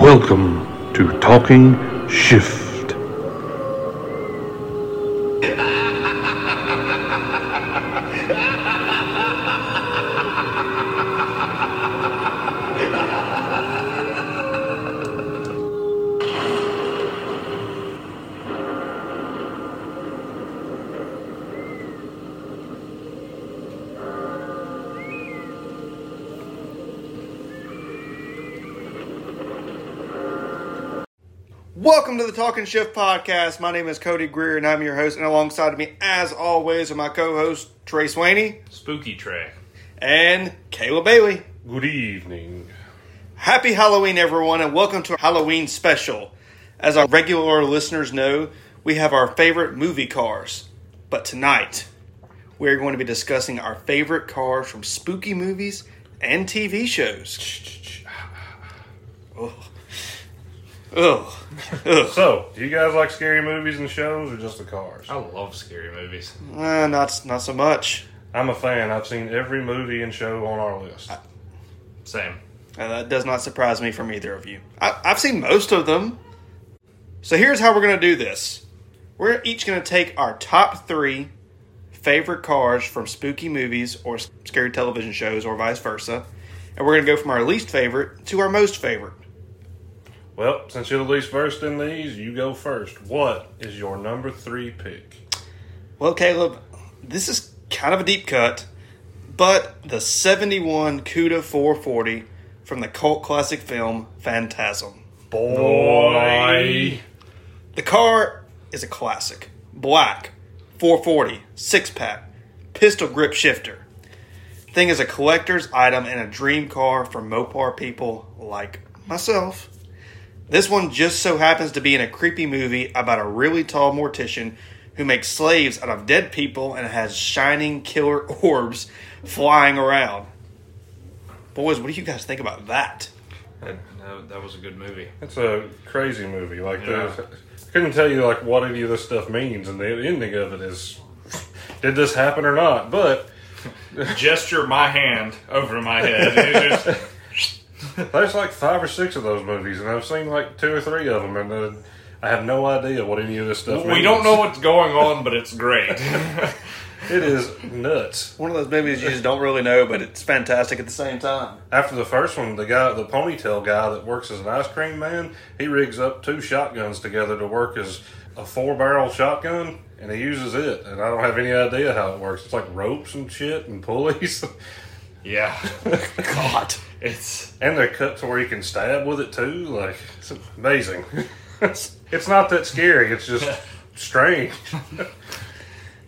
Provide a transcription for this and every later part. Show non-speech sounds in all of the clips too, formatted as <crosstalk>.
Welcome to Talking Shift. Welcome to the Talking Shift podcast. My name is Cody Greer, and I'm your host. And alongside of me, as always, are my co-hosts Trey Swaney Spooky track. and Kayla Bailey. Good evening. Happy Halloween, everyone, and welcome to our Halloween special. As our regular listeners know, we have our favorite movie cars, but tonight we're going to be discussing our favorite cars from spooky movies and TV shows. Ugh. Ugh. So, do you guys like scary movies and shows or just the cars? I love scary movies. Uh, not not so much. I'm a fan. I've seen every movie and show on our list. Same. Uh, that does not surprise me from either of you. I, I've seen most of them. So here's how we're going to do this we're each going to take our top three favorite cars from spooky movies or s- scary television shows or vice versa. And we're going to go from our least favorite to our most favorite. Well, since you're the least versed in these, you go first. What is your number three pick? Well, Caleb, this is kind of a deep cut, but the 71 CUDA 440 from the cult classic film Phantasm. Boy. The car is a classic. Black, 440, six pack, pistol grip shifter. Thing is a collector's item and a dream car for Mopar people like myself. This one just so happens to be in a creepy movie about a really tall mortician who makes slaves out of dead people and has shining killer <laughs> orbs flying around. Boys, what do you guys think about that? That, that, that was a good movie. It's a crazy movie. Like, Yeah. the, I couldn't tell you, like, what any of this stuff means, and the ending of it is, did this happen or not? But Gesture my hand over my head. It was just- there's like five or six of those movies, and I've seen like two or three of them, and uh, I have no idea what any of this stuff means. we don't know what's going on, but it's great. It is nuts. One of those movies you just don't really know, but it's fantastic at the same time. After the first one, the guy, the ponytail guy that works as an ice cream man, he rigs up two shotguns together to work as a four barrel shotgun, and he uses it. And I don't have any idea how it works. It's like ropes and shit and pulleys, <laughs> yeah. <laughs> God. It's and they're cut to where you can stab with it too. Like it's amazing. <laughs> it's, it's not that scary. It's <laughs> just strange.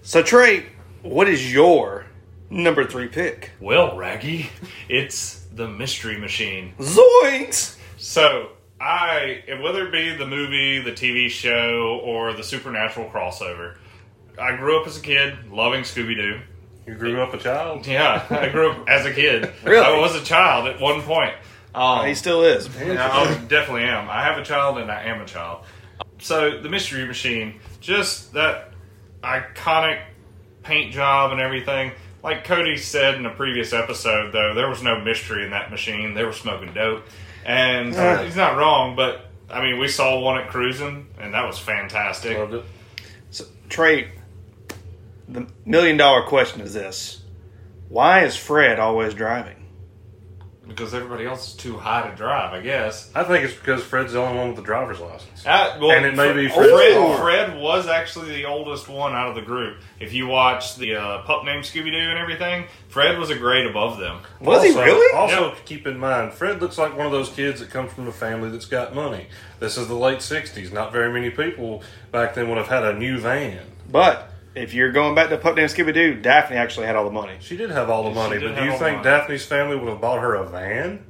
So Trey, what is your number three pick? well, Raggy. It's the Mystery Machine. Zoinks! So I, and whether it be the movie, the TV show, or the supernatural crossover, I grew up as a kid loving Scooby Doo. You grew up a child. Yeah, I grew up as a kid. Really? I was a child at one point. Um, He still is. Yeah, I definitely am. I have a child and I am a child. So the mystery machine, just that iconic paint job and everything. Like Cody said in a previous episode, though, there was no mystery in that machine. They were smoking dope, and uh, he's not wrong. But I mean, we saw one at cruising, and that was fantastic. Loved it. So, Trey, the million dollar question is this: Why is Fred always driving? Because everybody else is too high to drive, I guess. I think it's because Fred's the only one with the driver's license. Uh, well, And it may Fre- be Fred. Fred's Fred, car. was actually the oldest one out of the group. If you watch the uh, pup named Scooby Doo and everything, Fred was a grade above them. Was he Also- really? Also, keep in mind, Fred looks like one of those kids that comes from a family that's got money. This is the late '60s. Not very many people back then would have had a new van. But if you're going back to Pup Named Scooby Doo, Daphne actually had all the money. She did have all the She money, did but have do you all the think money. Daphne's family would have bought her a van?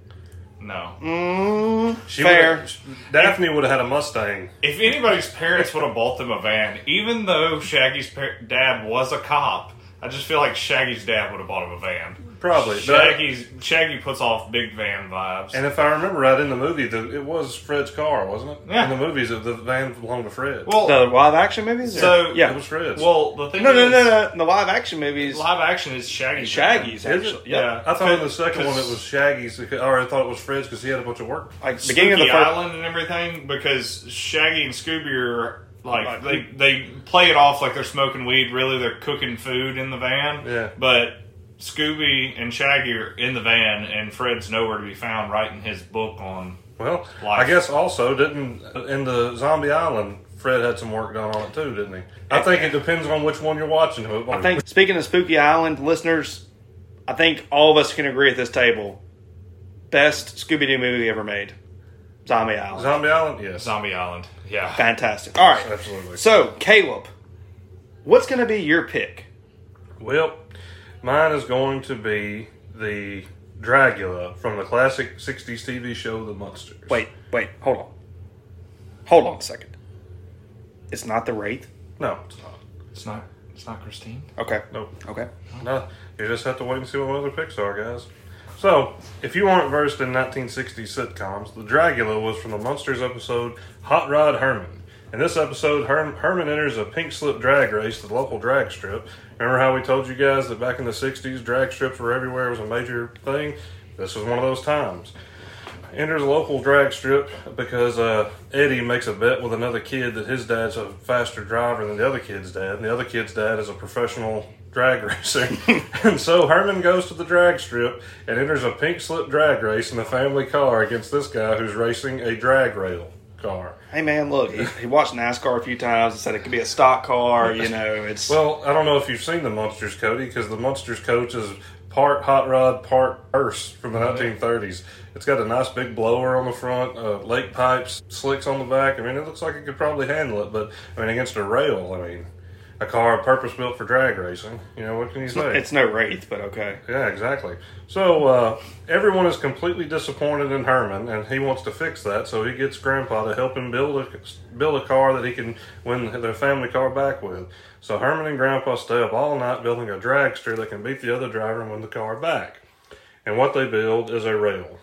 No. Mm, She fair. would've- Daphne would have had a Mustang. If anybody's parents would have bought them a van, even though Shaggy's par- dad was a cop, I just feel like Shaggy's dad would have bought him a van. Probably. But I- Shaggy's Shaggy puts off big van vibes. and if I remember right, in the movie, the, it was Fred's car, wasn't it? Yeah. In the movies, it- the van belonged to Fred. well, The live action movies? or- So- it yeah. was Fred's. well, the thing No, no, is, no, no. The live action movies. live action is Shaggy. Shaggy's Is it? actually. Yeah. Yeah. I thought in the second one it 'Cause- was Shaggy's, because- or I thought it was Fred's because he had a bunch of work. Like beginning Beginning of the first. Island and everything because Shaggy and Scooby are like Like- they they play it off like they're smoking weed. Really, they're cooking food in the van. Yeah. but. Scooby and Shaggy are in the van, and Fred's nowhere to be found writing his book on. Well, I Life. guess also didn't in the Zombie Island, Fred had some work done on it too, didn't he? I think it depends on which one you're watching. I think speaking of Spooky Island listeners, I think all of us can agree at this table. Best Scooby Doo movie ever made, Zombie Island. Zombie Island, yes, Zombie Island. Yeah. Fantastic. All right. absolutely. So Caleb, what's going to be your pick? Well, mine is going to be the Dracula from the classic '60s TV show The Monsters. Wait, wait, hold on, hold on a second. It's not the Wraith. no, it's not. It's not. It's not Christine. Okay. Nope. Okay. No, you just have to wait and see what other picks are, guys. So, if you aren't versed in 1960s sitcoms, the Dracula was from the Monsters episode Hot Rod Herman. In this episode, Herm- Herman enters a pink slip drag race to the local drag strip. Remember how we told you guys that back in the 60s, drag strips were everywhere, it was a major thing? This was one of those times enters a local drag strip because uh, Eddie makes a bet with another kid that his dad's a faster driver than the other kid's dad, and the other kid's dad is a professional drag <laughs> racer. and so Herman goes to the drag strip and enters a pink slip drag race in the family car against this guy who's racing a drag rail car. Hey man, look, he, he watched NASCAR a few times and said it could be a stock car. <laughs> You know, it's Well, I don't know if you've seen the Monsters, Cody, because the Monsters coach is part hot rod, part hearse from the 1930s. It's got a nice big blower on the front, uh, lake pipes, slicks on the back. I mean, it looks like it could probably handle it, but I mean, against a rail, I mean, a car purpose built for drag racing. You know, what can you say? it's no Wraith, but okay. Yeah, exactly. So uh, everyone is completely disappointed in Herman, and he wants to fix that. So he gets Grandpa to help him build a build a car that he can win their family car back with. So Herman and Grandpa stay up all night building a dragster that can beat the other driver and win the car back. And what they build is a rail.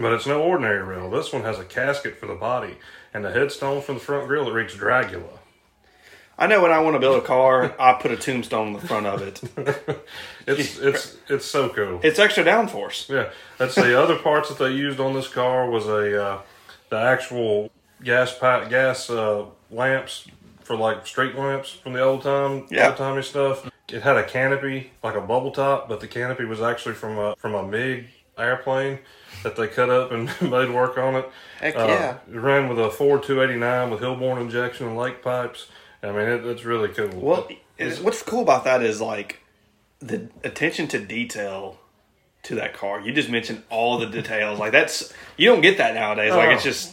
But it's no ordinary rail. This one has a casket for the body and a headstone for the front grill that reads Dracula. I know when I want to build a car, I put a tombstone in the front of it. It's it's it's so cool. It's extra downforce. Yeah, let's see. Other parts that they used on this car was a uh, the actual gas pipe, gas uh, lamps for like street lamps from the old time, Yeah. old timey stuff. It had a canopy, like a bubble top, but the canopy was actually from a from a Mig airplane that they cut up and <laughs> made work on it. Heck Uh, yeah. It ran with a Ford 289 with Hillborn injection and lake pipes. I mean, it, it's really cool. Well, is, what's cool about that is like the attention to detail to that car. You just mentioned all the details. Like that's you don't get that nowadays. Like it's Oh. just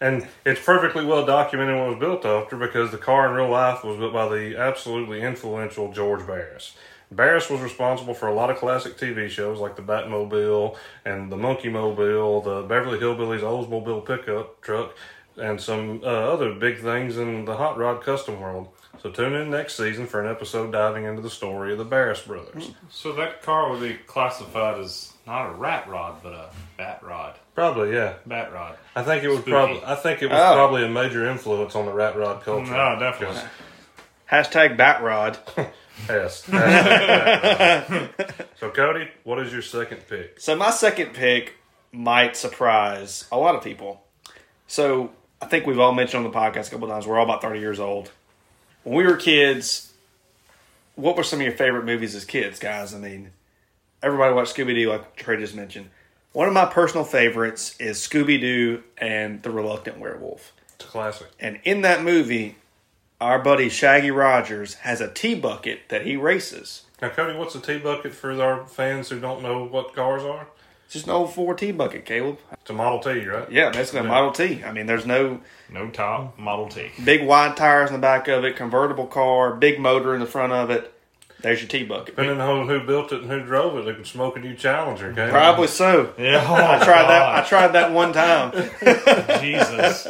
And it's perfectly well documented what was built after because the car in real life was built by the absolutely influential George Barris. Barris was responsible for a lot of classic TV shows like the Batmobile and the Monkey Mobile, the Beverly Hillbillies Oldsmobile pickup truck, and some uh, other big things in the hot rod custom world. So tune in next season for an episode diving into the story of the Barris brothers. So that car would be classified as not a rat rod, but a bat rod. Probably, yeah. Bat rod. I think it was Spooky. probably I think it was Oh. probably a major influence on the rat rod culture. No, Ah, definitely. hashtag bat rod. Yes. <laughs> so, Cody, what is your second pick? So my second pick might surprise a lot of people. So I think we've all mentioned on the podcast a couple times we're all about thirty years old. When we were kids, what were some of your favorite movies as kids, guys? I mean, everybody watched Scooby Doo, like Trey just mentioned. One of my personal favorites is Scooby Doo and the Reluctant Werewolf. It's a classic. And in that movie, our buddy Shaggy Rogers has a tea bucket that he races. Now, Cody, what's the tea bucket for our fans who don't know what cars are? It's just an old Ford tea bucket, Caleb. It's a Model T, right? Yeah, basically a Model T. I mean, there's no No top, <laughs> Model T. big wide tires in the back of it, convertible car, big motor in the front of it. There's your tea bucket. Depending on who built it and who drove it, they can smoke a new Challenger, okay? Probably so. Yeah, I tried that. I tried that one time. Jesus,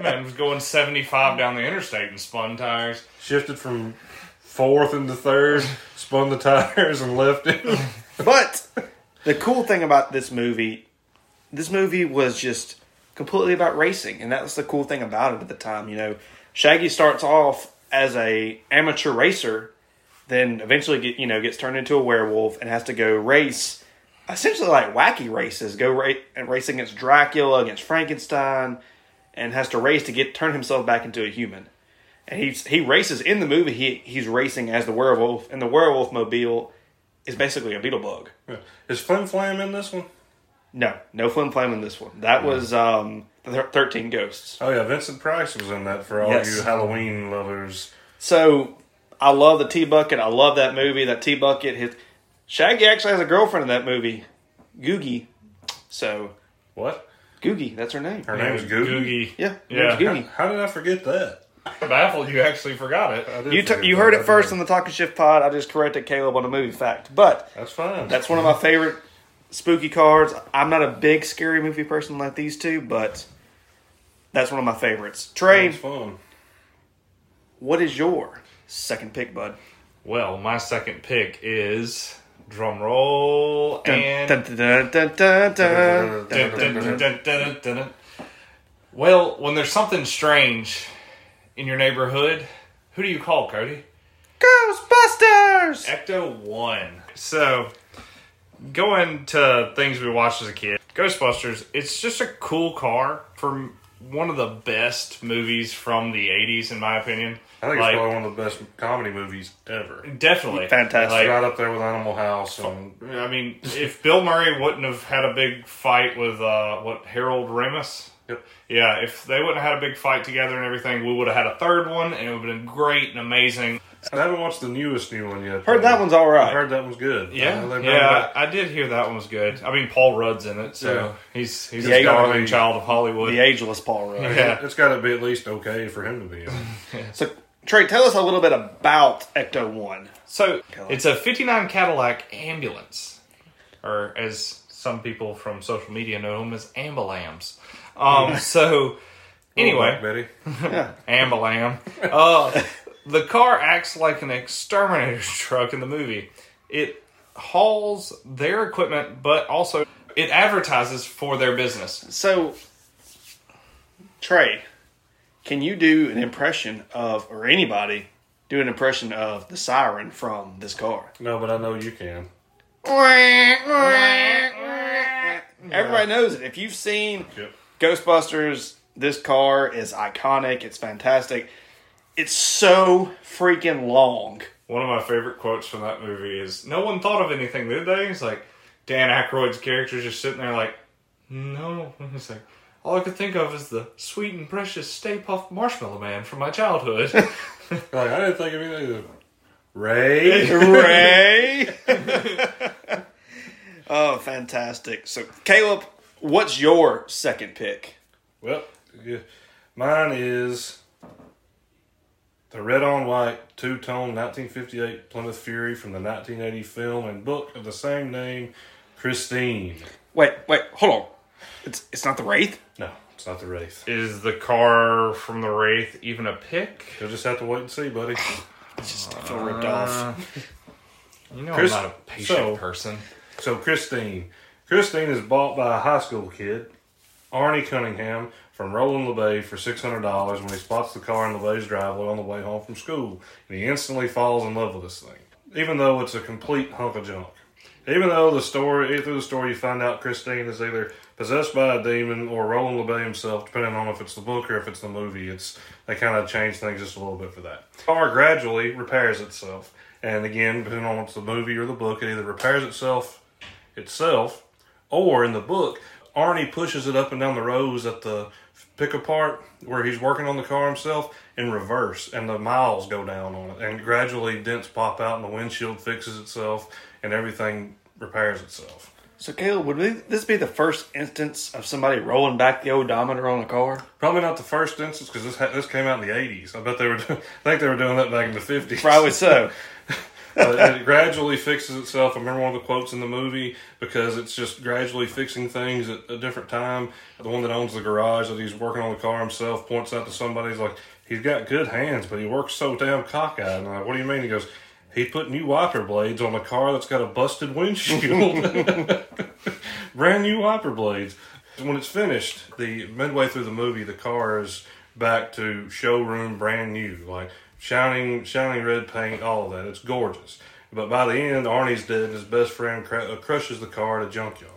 man was going seventy-five down the interstate and spun tires. <laughs> Shifted from fourth into third, spun the tires, and left it. But the cool thing about this movie, this movie was just completely about racing, and that was the cool thing about it at the time. You know, Shaggy starts off as a amateur racer, then eventually get you know gets turned into a werewolf and has to go race, essentially like wacky races, go ra- and race against Dracula, against Frankenstein, and has to race to get turn himself back into a human and he's he races in the movie. He he's racing as the werewolf, and the werewolf mobile is basically a beetle bug. Is Flim Flam in this one? No, no flim flam in this one. That was um the Thir- thirteen ghosts. Oh yeah, Vincent Price was in that for all Yes. you Halloween lovers. So I love the T bucket. I love that movie. That T bucket. His Shaggy actually has a girlfriend in that movie, Googie. So What? Googie, that's her name. Her name's Googie. Yeah, her Yeah. name's Googie. How did I forget that? I'm baffled you actually forgot it. I did You, forget t- you that. heard I it first did. on the Talking Shift pod. I just corrected Caleb on a movie fact. But That's fine. That's one of my favorite spooky cards. I'm not a big scary movie person like these two, but that's one of my favorites. Trey, That's fun. what is your second pick, bud? Well, my second pick is drum roll and Dun, dun, dun, dun, dun, dun, dun. Dun, dun, dun, dun, dun, dun, dun. Well, when there's something strange in your neighborhood, who do you call, Cody? Ghostbusters! Ecto One. So, going to things we watched as a kid, Ghostbusters. It's just a cool car from one of the best movies from the '80s, in my opinion. I think Like, it's probably one of the best comedy movies ever. definitely Fantastic. Like, right up there with Animal House and I mean, if Bill Murray wouldn't have had a big fight with uh, what Harold Ramis, Yep. yeah, if they wouldn't have had a big fight together and everything, we would have had a third one, and it would have been great and amazing. I haven't watched the newest new one yet. Heard that one's all I right. heard that one's good. Uh, Yeah, I know they brought yeah, back- I did hear that one was good. I mean, Paul Rudd's in it, so Yeah. he's he's Yeah, a you gotta darling be- child of Hollywood. The ageless Paul Rudd. <laughs> Yeah. It's got to be at least okay for him to be in. it. So, Trey, tell us a little bit about Ecto One. So it's a '59 Cadillac ambulance, or as some people from social media know them as ambalams. Um, so <laughs> anyway, Black <laughs> Betty. Ambalam. Uh, the car acts like an exterminator's <laughs> truck in the movie. It hauls their equipment, but also it advertises for their business. So, Trey, can you do an impression of, or anybody do an impression of the siren from this car? No, but I know you can. Everybody knows it. If you've seen Yep. Ghostbusters, this car is iconic. It's fantastic. It's so freaking long. One of my favorite quotes from that movie is No one thought of anything, did they? It's like Dan Aykroyd's character just sitting there, like, No. <laughs> He's like, All I could think of is the sweet and precious Stay Puft Marshmallow Man from my childhood. Like I didn't think of anything. either. <laughs> Ray. Ray. oh, fantastic. So, Caleb, what's your second pick? well, yeah. mine is the red on white two tone 1958 Plymouth Fury from the 1980 film and book of the same name, Christine. Wait, wait, hold on. It's it's not the Wraith? No, it's not the Wraith. <laughs> is the car from the Wraith even a pick? You'll just have to wait and see, buddy. <laughs> Just feel ripped off. You know, Chris- I'm not a patient so- person. So Christine, Christine is bought by a high school kid, Arnie Cunningham, from Roland LeBay for six hundred dollars when he spots the car in LeBay's driveway on the way home from school, and he instantly falls in love with this thing, even though it's a complete hunk of junk. Even though the story, through the story, you find out Christine is either possessed by a demon or Roland LeBay himself, depending on if it's the book or if it's the movie. It's they kind of change things just a little bit for that. The car gradually repairs itself, and again, depending on if it's the movie or the book, it either repairs itself itself, or in the book, Arnie pushes it up and down the rows at the pick apart where he's working on the car himself in reverse, and the miles go down on it, and gradually dents pop out, and the windshield fixes itself, and everything repairs itself. So, Caleb, would we- this be the first instance of somebody rolling back the odometer on a car? Probably not the first instance because this ha- this came out in the '80s. I bet they were, <laughs> do- I think they were doing that back in the '50s. Probably so. but it gradually fixes itself. I remember one of the quotes in the movie because it's just gradually fixing things at a different time. The one that owns the garage that he's working on the car himself points out to somebody, he's like, he's got good hands, but he works so damn cockeyed. And I'm like, what do you mean? He goes, He put new wiper blades on a car that's got a busted windshield. Brand new wiper blades. When it's finished, the midway through the movie, the car is back to showroom brand new, like shining, shining red paint, all of that. It's gorgeous. But by the end, Arnie's dead, and his best friend cra- uh, crushes the car at a junkyard.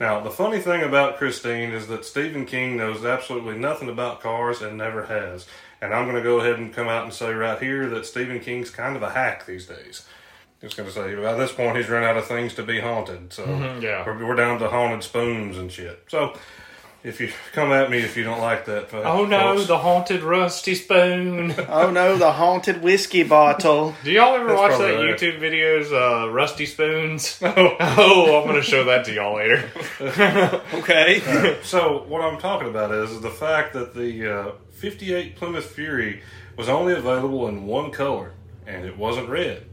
Now, the funny thing about Christine is that Stephen King knows absolutely nothing about cars and never has. And I'm going to go ahead and come out and say right here that Stephen King's kind of a hack these days. Just going to say, by this point, he's run out of things to be haunted. So Mm-hmm, yeah. we're, we're down to haunted spoons and shit. So if you come at me if you don't like that. uh, Oh no, folks. the haunted rusty spoon. Oh no, the haunted whiskey bottle. Do y'all ever watch that probably right. YouTube videos, uh, Rusty Spoons? <laughs> Oh, oh, I'm gonna show that to y'all later. Okay. So what I'm talking about is, the fact that the uh, 58 Plymouth Fury was only available in one color, and it wasn't red.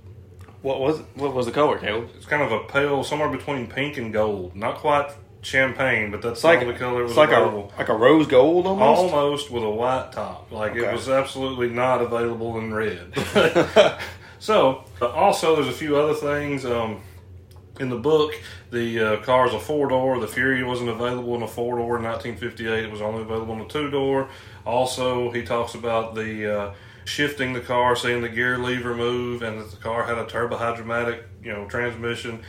what was what was the color, Caleb? It's kind of a pale, somewhere between pink and gold. Not quite champagne, but that's It's like the only color it was Oh it's like available. a like a rose gold almost. almost. with a white top. Like Okay. it was absolutely not available <laughs> in red. so uh, also, there's a few other things. Um, in the book, the uh, car's a four door. The Fury wasn't available in a four door in 1958. It was only available in a two door. Also, he talks about the uh, shifting the car, seeing the gear lever move, and that the car had a turbo hydromatic, you know, transmission.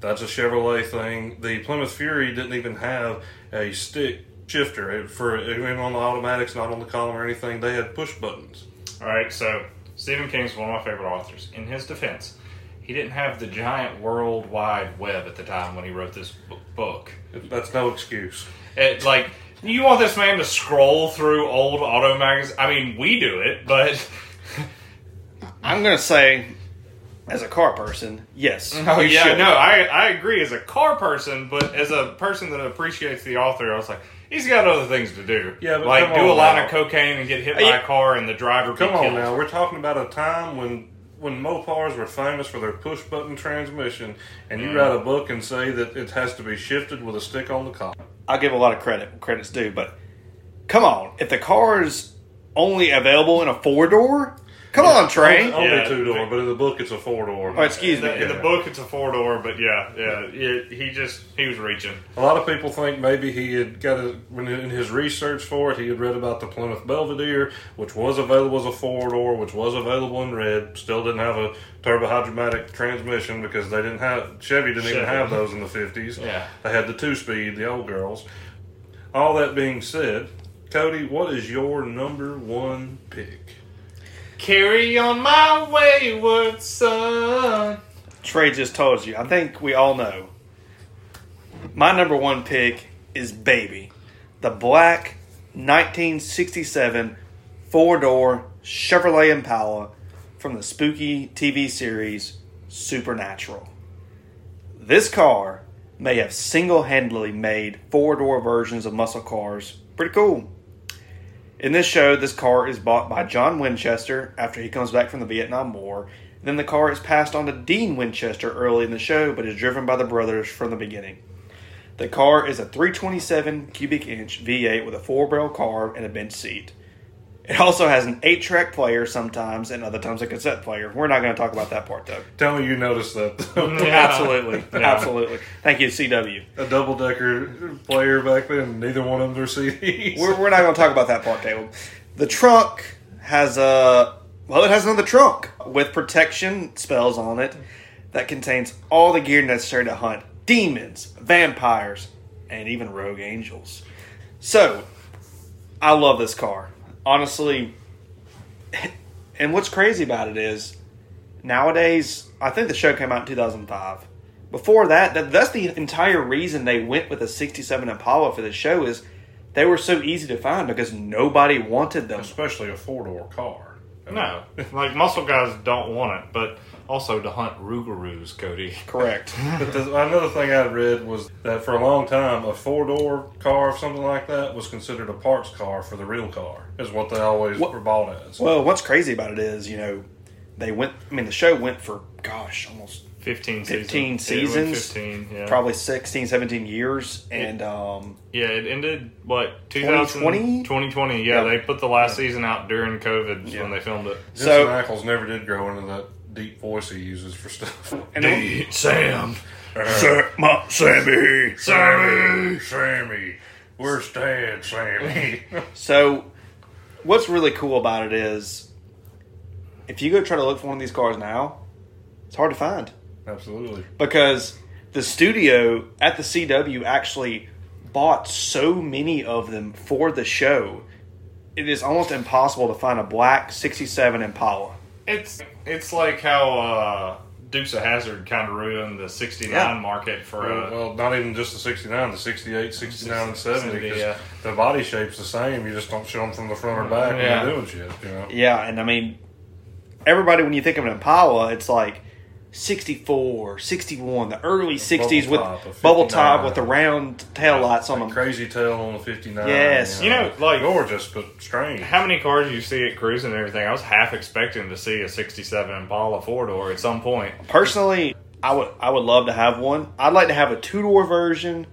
That's a Chevrolet thing. The Plymouth Fury didn't even have a stick shifter It- for even on the automatics, not on the column or anything. They had push buttons. All right, so Stephen King's one of my favorite authors. In his defense, he didn't have the giant World Wide Web at the time when he wrote this bu- book. That's no excuse. It, like, you want this man to scroll through old auto magazines? I mean, we do <laughs> it, but I'm gonna say, as a car person, yes. Oh we yeah, should. no, I I agree as a car person, but as a person that appreciates the author, I was like, he's got other things to do. Yeah, but like come do on a line now. of cocaine and get hit you- by a car and the driver be Come on killed. now, we're talking about a time when when Mopars were famous for their push button transmission, and you write a book and say that it has to be shifted with a stick on the collar. I'll give a lot of credit. Credit's due, but come on, if the car is only available in a four door, come on, train. Only Yeah. two door, but in the book it's a four door. Oh, excuse In me. the, in the book, it's a four door, but yeah, yeah, it, he just he was reaching. A lot of people think maybe he had got a, when in his research for it, he had read about the Plymouth Belvedere, which was available as a four door, which was available in red. Still didn't have a turbo hydromatic transmission because they didn't have Chevy didn't even Chevy. have those in the fifties. <laughs> Yeah. they had the two speed, the old girls. All that being said, Cody, what is your number one pick? Carry on my wayward son. Trey just told you. I think we all know. My number one pick is Baby, the black 1967 four door Chevrolet Impala from the spooky TV series Supernatural. This car may have single handedly made four door versions of muscle cars pretty cool. In this show, this car is bought by John Winchester after he comes back from the Vietnam War. Then the car is passed on to Dean Winchester early in the show, but is driven by the brothers from the beginning. The car is a 327 cubic inch V8 with a four barrel carb and a bench seat. It also has an eight track player sometimes, and other times a cassette player. We're not going to talk about that part though. Tell me you noticed that <laughs> Yeah. Absolutely, Yeah. absolutely. Thank you, CW. a double decker player back then. Neither one of them are CDs. We're, we're not going to talk about that part, Caleb. The trunk has a well, it has another trunk with protection spells on it that contains all the gear necessary to hunt demons, vampires, and even rogue angels. So, I love this car, honestly. And what's crazy about it is nowadays, I think the show came out in 2005. Before that, that that's the entire reason they went with a 67 Impala for the show is they were so easy to find because nobody wanted them. especially a four door car. No, like muscle guys don't want it, but also to hunt rougaroos, Cody. Correct. But the, another thing I read was that for a long time, a four door car or something like that was considered a parts car for the real car, is what they always What- were bought as. <laughs> well, what's crazy about it is, you know, they went, I mean, the show went for, gosh, almost Fifteen, 15 seasons. Yeah, it went seasons? Fifteen, yeah. probably 16, 17 years. And, um, Yeah, it ended what 2020? 2020? 2020, Yeah, Yeah. they put the last season out during COVID is Yeah. when they filmed it. Jensen so- Ackles never did grow into that deep voice he uses for stuff. <laughs> And <laughs> then, <laughs> Sam. Sa- my Sammy. Sammy, Sammy, where's <laughs> Dad, Sammy? So, what's really cool about it is, if you go try to look for one of these cars now, it's hard to find Absolutely. because the studio at the CW actually bought so many of them for the show. It is almost impossible to find a black '67 Impala. It's it's like how uh, Dukes of Hazard kind of ruined the '69 Yeah. market for Well, uh, well, not even just the 69, the 68, 69, and 70, 'cause Yeah. the body shape's the same. You just don't show them from the Mm-hmm. front or back Yeah. when you're doing shit, you know? Yeah, and I mean, everybody, when you think of an Impala, it's like 64, 61, the early 60s with top, a bubble 59. top with the round tail lights on them. Crazy tail on the 59. Yes. You know, like- Gorgeous, but strange. how many cars you see at cruising and everything. I was half expecting to see a '67 Impala four door at some point. Personally, I would I would love to have one. I'd like to have a two door version,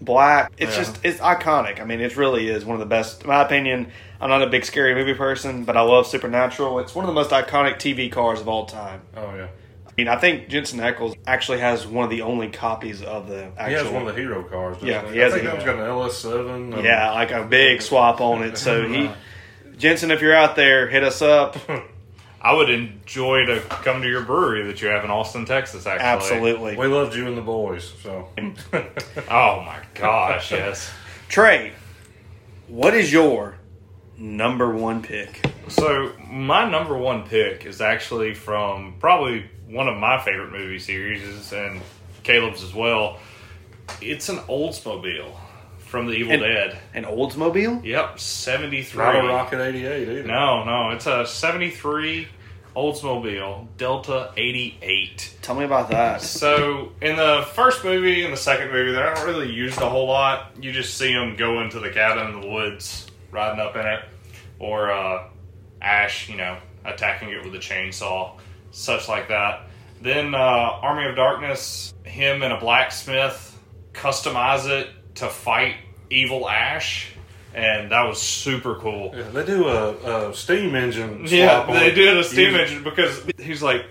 black. It's Yeah. just it's iconic. I mean, it really is one of the best, in my opinion. I'm not a big scary movie person, but I love Supernatural. It's one of the most iconic TV cars of all time. Oh, yeah. I mean, I think Jensen Ackles actually has one of the only copies of the actual. He has one of the hero cars. doesn't Yeah, he? he has I a- think that's got an LS7. <laughs> and- Yeah, like a big swap on it. So <laughs> he, Jensen, if you're out there, hit us up. I would enjoy to come to your brewery that you have in Austin, Texas. Actually, Absolutely, We loved you and the boys, <laughs> so. <laughs> Oh my gosh, yes. Trey. What is your number one pick? So my number one pick is actually from probably one of my favorite movie series, and Caleb's as well. It's an Oldsmobile from The Evil And- Dead. An Oldsmobile? Yep, seventy three. Not a Rocket 88 either. No, no, it's a seventy three Oldsmobile Delta eighty eight. Tell me about that. So in the first movie and the second movie, they're not really used a whole lot. You just see them go into the cabin in the woods, riding up in it, or uh, Ash, you know, attacking it with a chainsaw, such like that. Then uh, Army of Darkness, him and a blacksmith customize it to fight evil Ash, and that was super cool. Yeah, they do a, a steam engine. Yeah, swap on they it. did a steam You- engine because he's like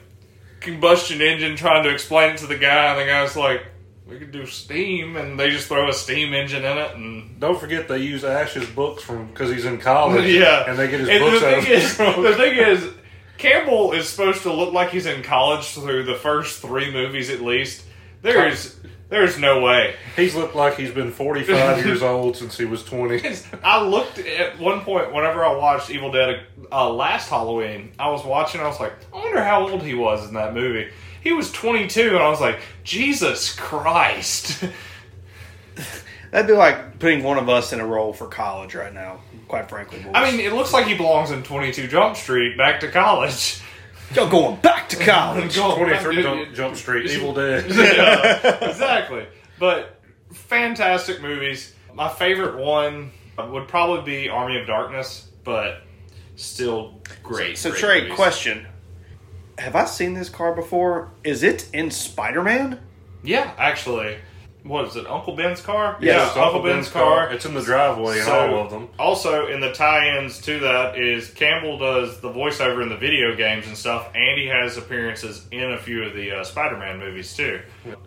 combustion engine trying to explain it to the guy, and the guy's like, "We could do steam," and they just throw a steam engine in it, and Don't forget they use Ash's books from because he's in <laughs> college. yeah, and they get his And books the out. of Thing his is, the thing is, Campbell is supposed to look like he's in college through the first three movies at least. There is there is no way. <laughs> he's looked like he's been forty <laughs> five years old since he was twenty. Because I looked at one point whenever I watched Evil Dead uh, last Halloween. I was watching. I was like, I wonder how old he was in that movie. He was 22, and I was like, Jesus Christ! <laughs> That'd be like putting one of us in a role for college right now. Quite frankly, boys. I mean, it looks like he belongs in 22 Jump Street, back <laughs> to college. y'all going <laughs> back to college. Twenty three jump, jump Street, Evil Dead. <laughs> yeah, exactly. But fantastic movies. My favorite one would probably be Army of Darkness, but still great. So great Trey, movies. question: Have I seen this car before? Is it in Spider Man? Yeah, actually. What is it, Uncle Ben's car? Yes, yeah, Uncle Ben's car. It's in the driveway So, in all of them. Also, in the tie-ins to that is Campbell does the voiceover in the video games and stuff, and he has appearances in a few of the uh, Spider-Man movies too.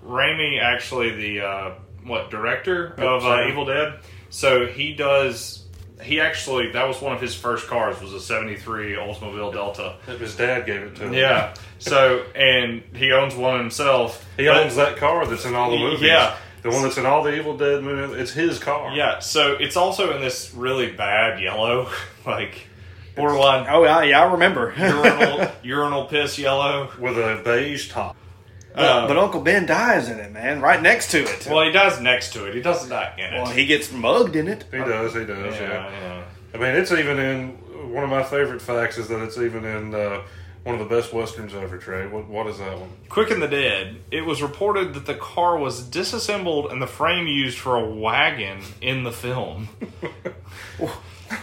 Raimi, actually the uh, what director of uh, sorry. Evil Dead, so he does. He actually that was one of his first cars was a '73 Oldsmobile Delta. If His dad gave it to him. Yeah. So and he owns one himself. he But- owns that car that's in all the movies. Yeah. the one that's in all the Evil Dead movies. It's his car. Yeah, so it's also in this really bad yellow, <laughs> like borderline Oh yeah, yeah, I remember. urinal, urinal piss yellow. Um, with a beige top. <laughs> uh, but, but Uncle Ben dies in it, man. Right next to it. Well, he dies next to it. He doesn't die in it. Well, he gets mugged in <laughs> it. He does. He does. yeah. Uh, yeah, yeah. I mean, it's even in one of my favorite facts is that it's even in uh, one of the best westerns ever. Trey, what what is <laughs> that one? Quick and the Dead. It was reported that the car was disassembled and the frame used for a wagon in <laughs> the film.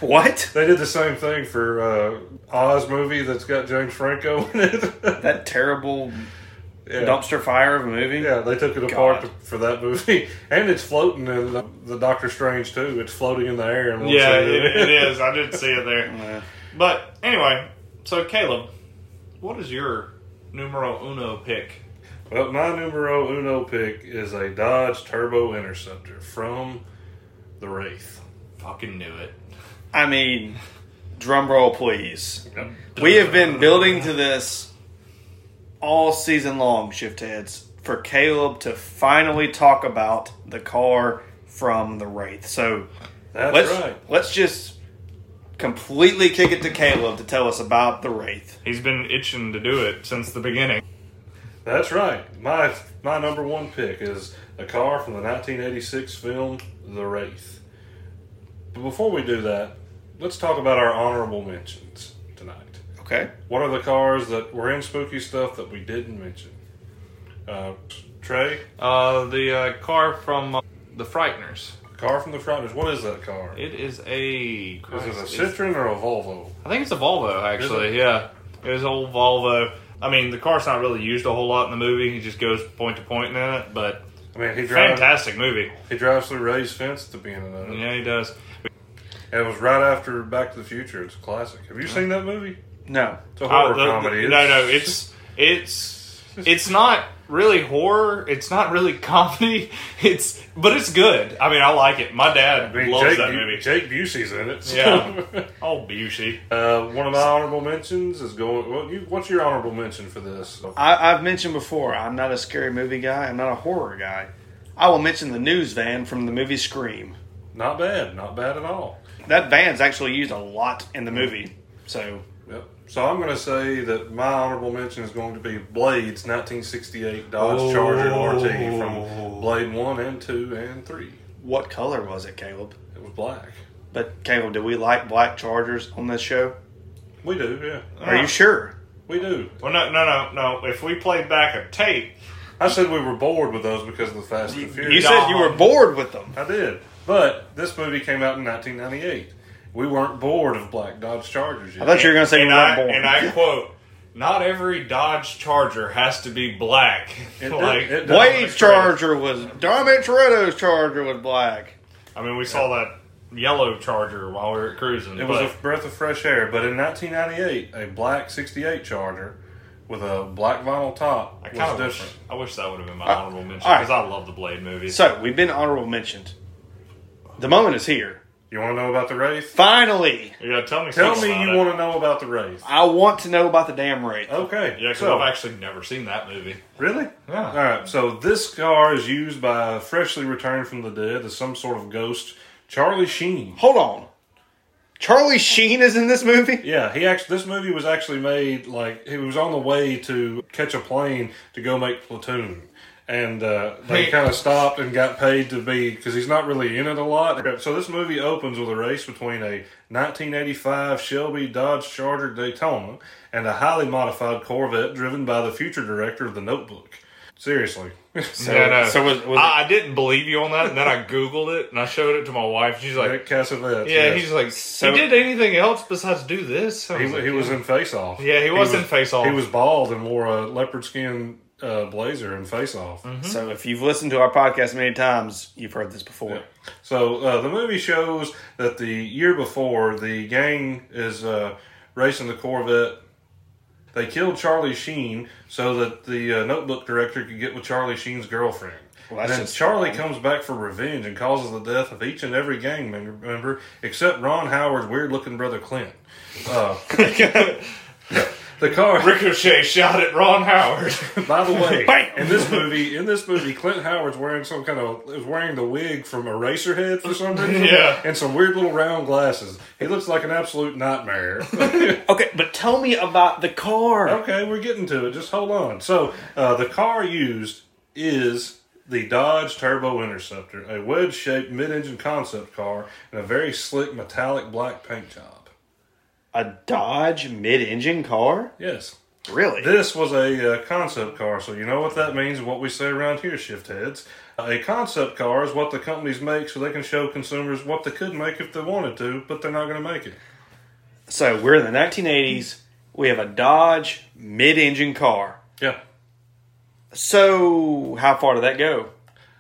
What? They did the same thing for uh, Oz movie that's got James Franco in it. <laughs> That terrible yeah. dumpster fire of a movie. Yeah, they took it God. apart to, for that movie, <laughs> and it's floating in the, the Doctor Strange too. It's floating in the air. And we'll yeah, see it, it is. I did see it there. But anyway, so Caleb, what is your numero uno pick? Well, my numero uno pick is a Dodge Turbo Interceptor from the Wraith. Fucking knew it. I mean, drum roll, please. We have been building to this all season long, shift heads, for Caleb to finally talk about the car from the Wraith. So That's let's right. let's just completely kick it to Caleb to tell us about the Wraith. He's been itching to do it since the beginning. That's right. My my number one pick is a car from the 1986 film The Wraith. But before we do that, let's talk about our honorable mentions tonight. Okay. What are the cars that were in spooky stuff that we didn't mention? Uh, Trey, Uh, the uh, car from uh, the Frighteners. car from the Frighteners. What is that car? It is a. Is it a Christ, it's- Citroen or a Volvo? I think it's a Volvo, actually. Is Yeah, it was an old Volvo. I mean, the car's not really used a whole lot in the movie. He just goes point to point in it, but I mean, he drives fantastic movie. he drives through Ray's fence at the beginning of it. Yeah, he does. And it was right after Back to the Future. It's a classic. Have you seen that movie? No. It's a horror Uh, the- comedy. No, no, it's it's it's not really horror. It's not really <laughs> comedy. It's but it's good. I mean, I like it. My dad I mean, loves Jake, that Bu- movie. Jake Busey's in it. so- Yeah. Oh, Busey. <laughs> uh, one of my honorable mentions is going. Well, you, what's your honorable mention for this? I, I've mentioned before, I'm not a scary movie guy. I'm not a horror guy. I will mention the news van from the movie Scream. Not bad. Not bad at all. That van's actually used a lot in the movie. So Yep. So I'm going to say that my honorable mention is going to be Blade's 1968 Dodge Charger RT Oh. from Blade One and Two and Three. what color was it, Caleb? It was black. But Caleb, do we like black Chargers on this show? We do, yeah. Are you sure? We do. Well, no, no, no, no. If we played back a tape, I said we were bored with those because of the Fast and Furious. You said you were bored with them. I did. But this movie came out in 1998. We weren't bored of black Dodge Chargers I yet. thought you were going to say you and weren't I bored. and I quote, "Not every Dodge Charger has to be black." It- <laughs> like, it- it does. Blade's Charger was Diamond Toretto's Charger was black. I mean, we saw that yellow Charger while we were cruising. It but- was a breath of fresh air. But in 1998, a black 68 Charger with a black vinyl top I was kind of different. I wish that would have been my honorable mention Uh, all right. because I love the Blade movies. So we've been honorable mentioned. The moment is here. You want to know about the Wraith? Finally, yeah, tell me. Tell something me about you it. want to know about the Wraith. I want to know about the damn rate. Oh. Okay. Yeah, because so- I've actually never seen that movie. Really? Yeah. All right. So this car is used by a freshly returned from the dead as some sort of ghost, Charlie Sheen. Hold on. Charlie Sheen is in this movie? Yeah, he actually. This movie was actually made like he was on the way to catch a plane to go make Platoon, and uh, they Hey. kind of stopped and got paid to be because he's not really in it a lot. So this movie opens with a race between a 1985 Shelby Dodge Charger Daytona and a highly modified Corvette driven by the future director of The Notebook. Seriously. <laughs> So, Yeah, I know. so was, was it- I, I didn't believe you on that, and then I googled it and I showed it to my wife. She's like, Nick Cassavetes. "Yeah, yes. he's like, So- he did anything else besides do this?" I He, was like, he was in Face Off. Yeah, he was in Face Off. He was bald and wore a leopard skin uh, blazer in Face Mm-hmm. Off. so if you've listened to our podcast many times, you've heard this before. So uh, the movie shows that the year before, the gang is uh, racing the Corvette. They killed Charlie Sheen so that the uh, notebook director could get with Charlie Sheen's girlfriend. Well, and that's then just- Charlie comes back for revenge and causes the death of each and every gang mem- member except Ron Howard's weird looking brother Clint. <laughs> Uh, <laughs> the car. Ricochet shot at Ron Howard. <laughs> By the way, Bam! in this movie, in this movie, Clint Howard's wearing some kind of is wearing the wig from Eraserhead for some reason, Yeah. and some weird little round glasses. He looks like an absolute nightmare. <laughs> Okay, but tell me about the car. Oh. okay, we're getting to it. Just hold on. So uh, the car used is the Dodge Turbo Interceptor, a wedge-shaped mid-engine concept car, and a very slick metallic black paint job. A Dodge mid-engine car? Yes. Really? This was a uh, concept car, so you know what that means, what we say around here, shift heads. Uh, A concept car is what the companies make so they can show consumers what they could make if they wanted to, but they're not going to make it. So we're in the 1980s. We have a Dodge mid-engine car. Yeah. So how far did that go?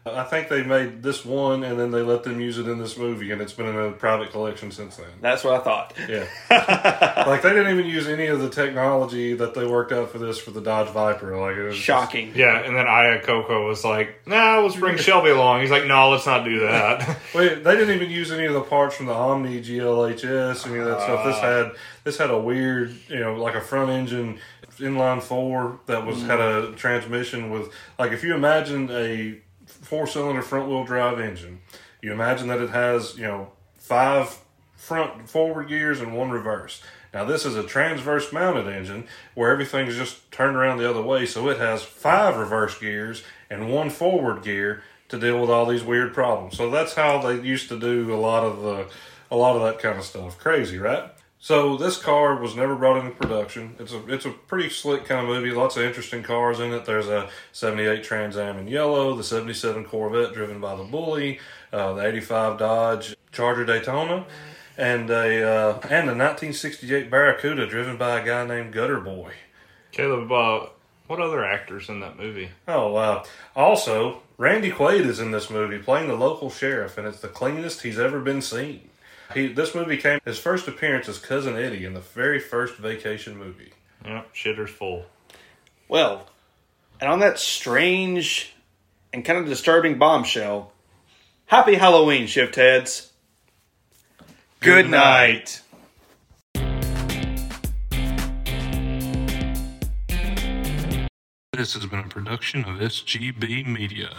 I think they made this one and then they let them use it in this movie, and it's been in a private collection since then. That's what I thought. Yeah. <laughs> like, they didn't even use any of the technology that they worked out for this for the Dodge Viper. Like, it was just- Shocking. Yeah, and then Aya Coco was like, "Nah, let's bring Shelby along." He's like, "No, let's not do that." <laughs> Wait, they didn't even use any of the parts from the Omni GLHS, any of that stuff. This had this had a weird, you know, like a front engine inline four that was had a transmission with like if you imagine a four cylinder front wheel drive engine, you imagine that it has you know five front forward gears and one reverse. Now this is a transverse mounted engine where everything's just turned around the other way, so it has five reverse gears and one forward gear to deal with all these weird problems. So that's how they used to do a lot of the a lot of that kind of stuff. Crazy, right? So this car was never brought into production. It's a it's a pretty slick kind of movie. Lots of interesting cars in it. There's a '78 Trans Am in yellow, the '77 Corvette driven by the Bully, uh, the '85 Dodge Charger Daytona, and a uh, and the 1968 Barracuda driven by a guy named Gutter Boy. Caleb, uh, what other actors in that movie? Oh wow! Also, Randy Quaid is in this movie playing the local sheriff, and it's the cleanest he's ever been seen. He this movie came his first appearance as cousin Eddie in the very first Vacation movie. Yep, shitter's full. Well, and on that strange and kind of disturbing bombshell, happy Halloween, shift heads. Good, night. This has been a production of SGB Media.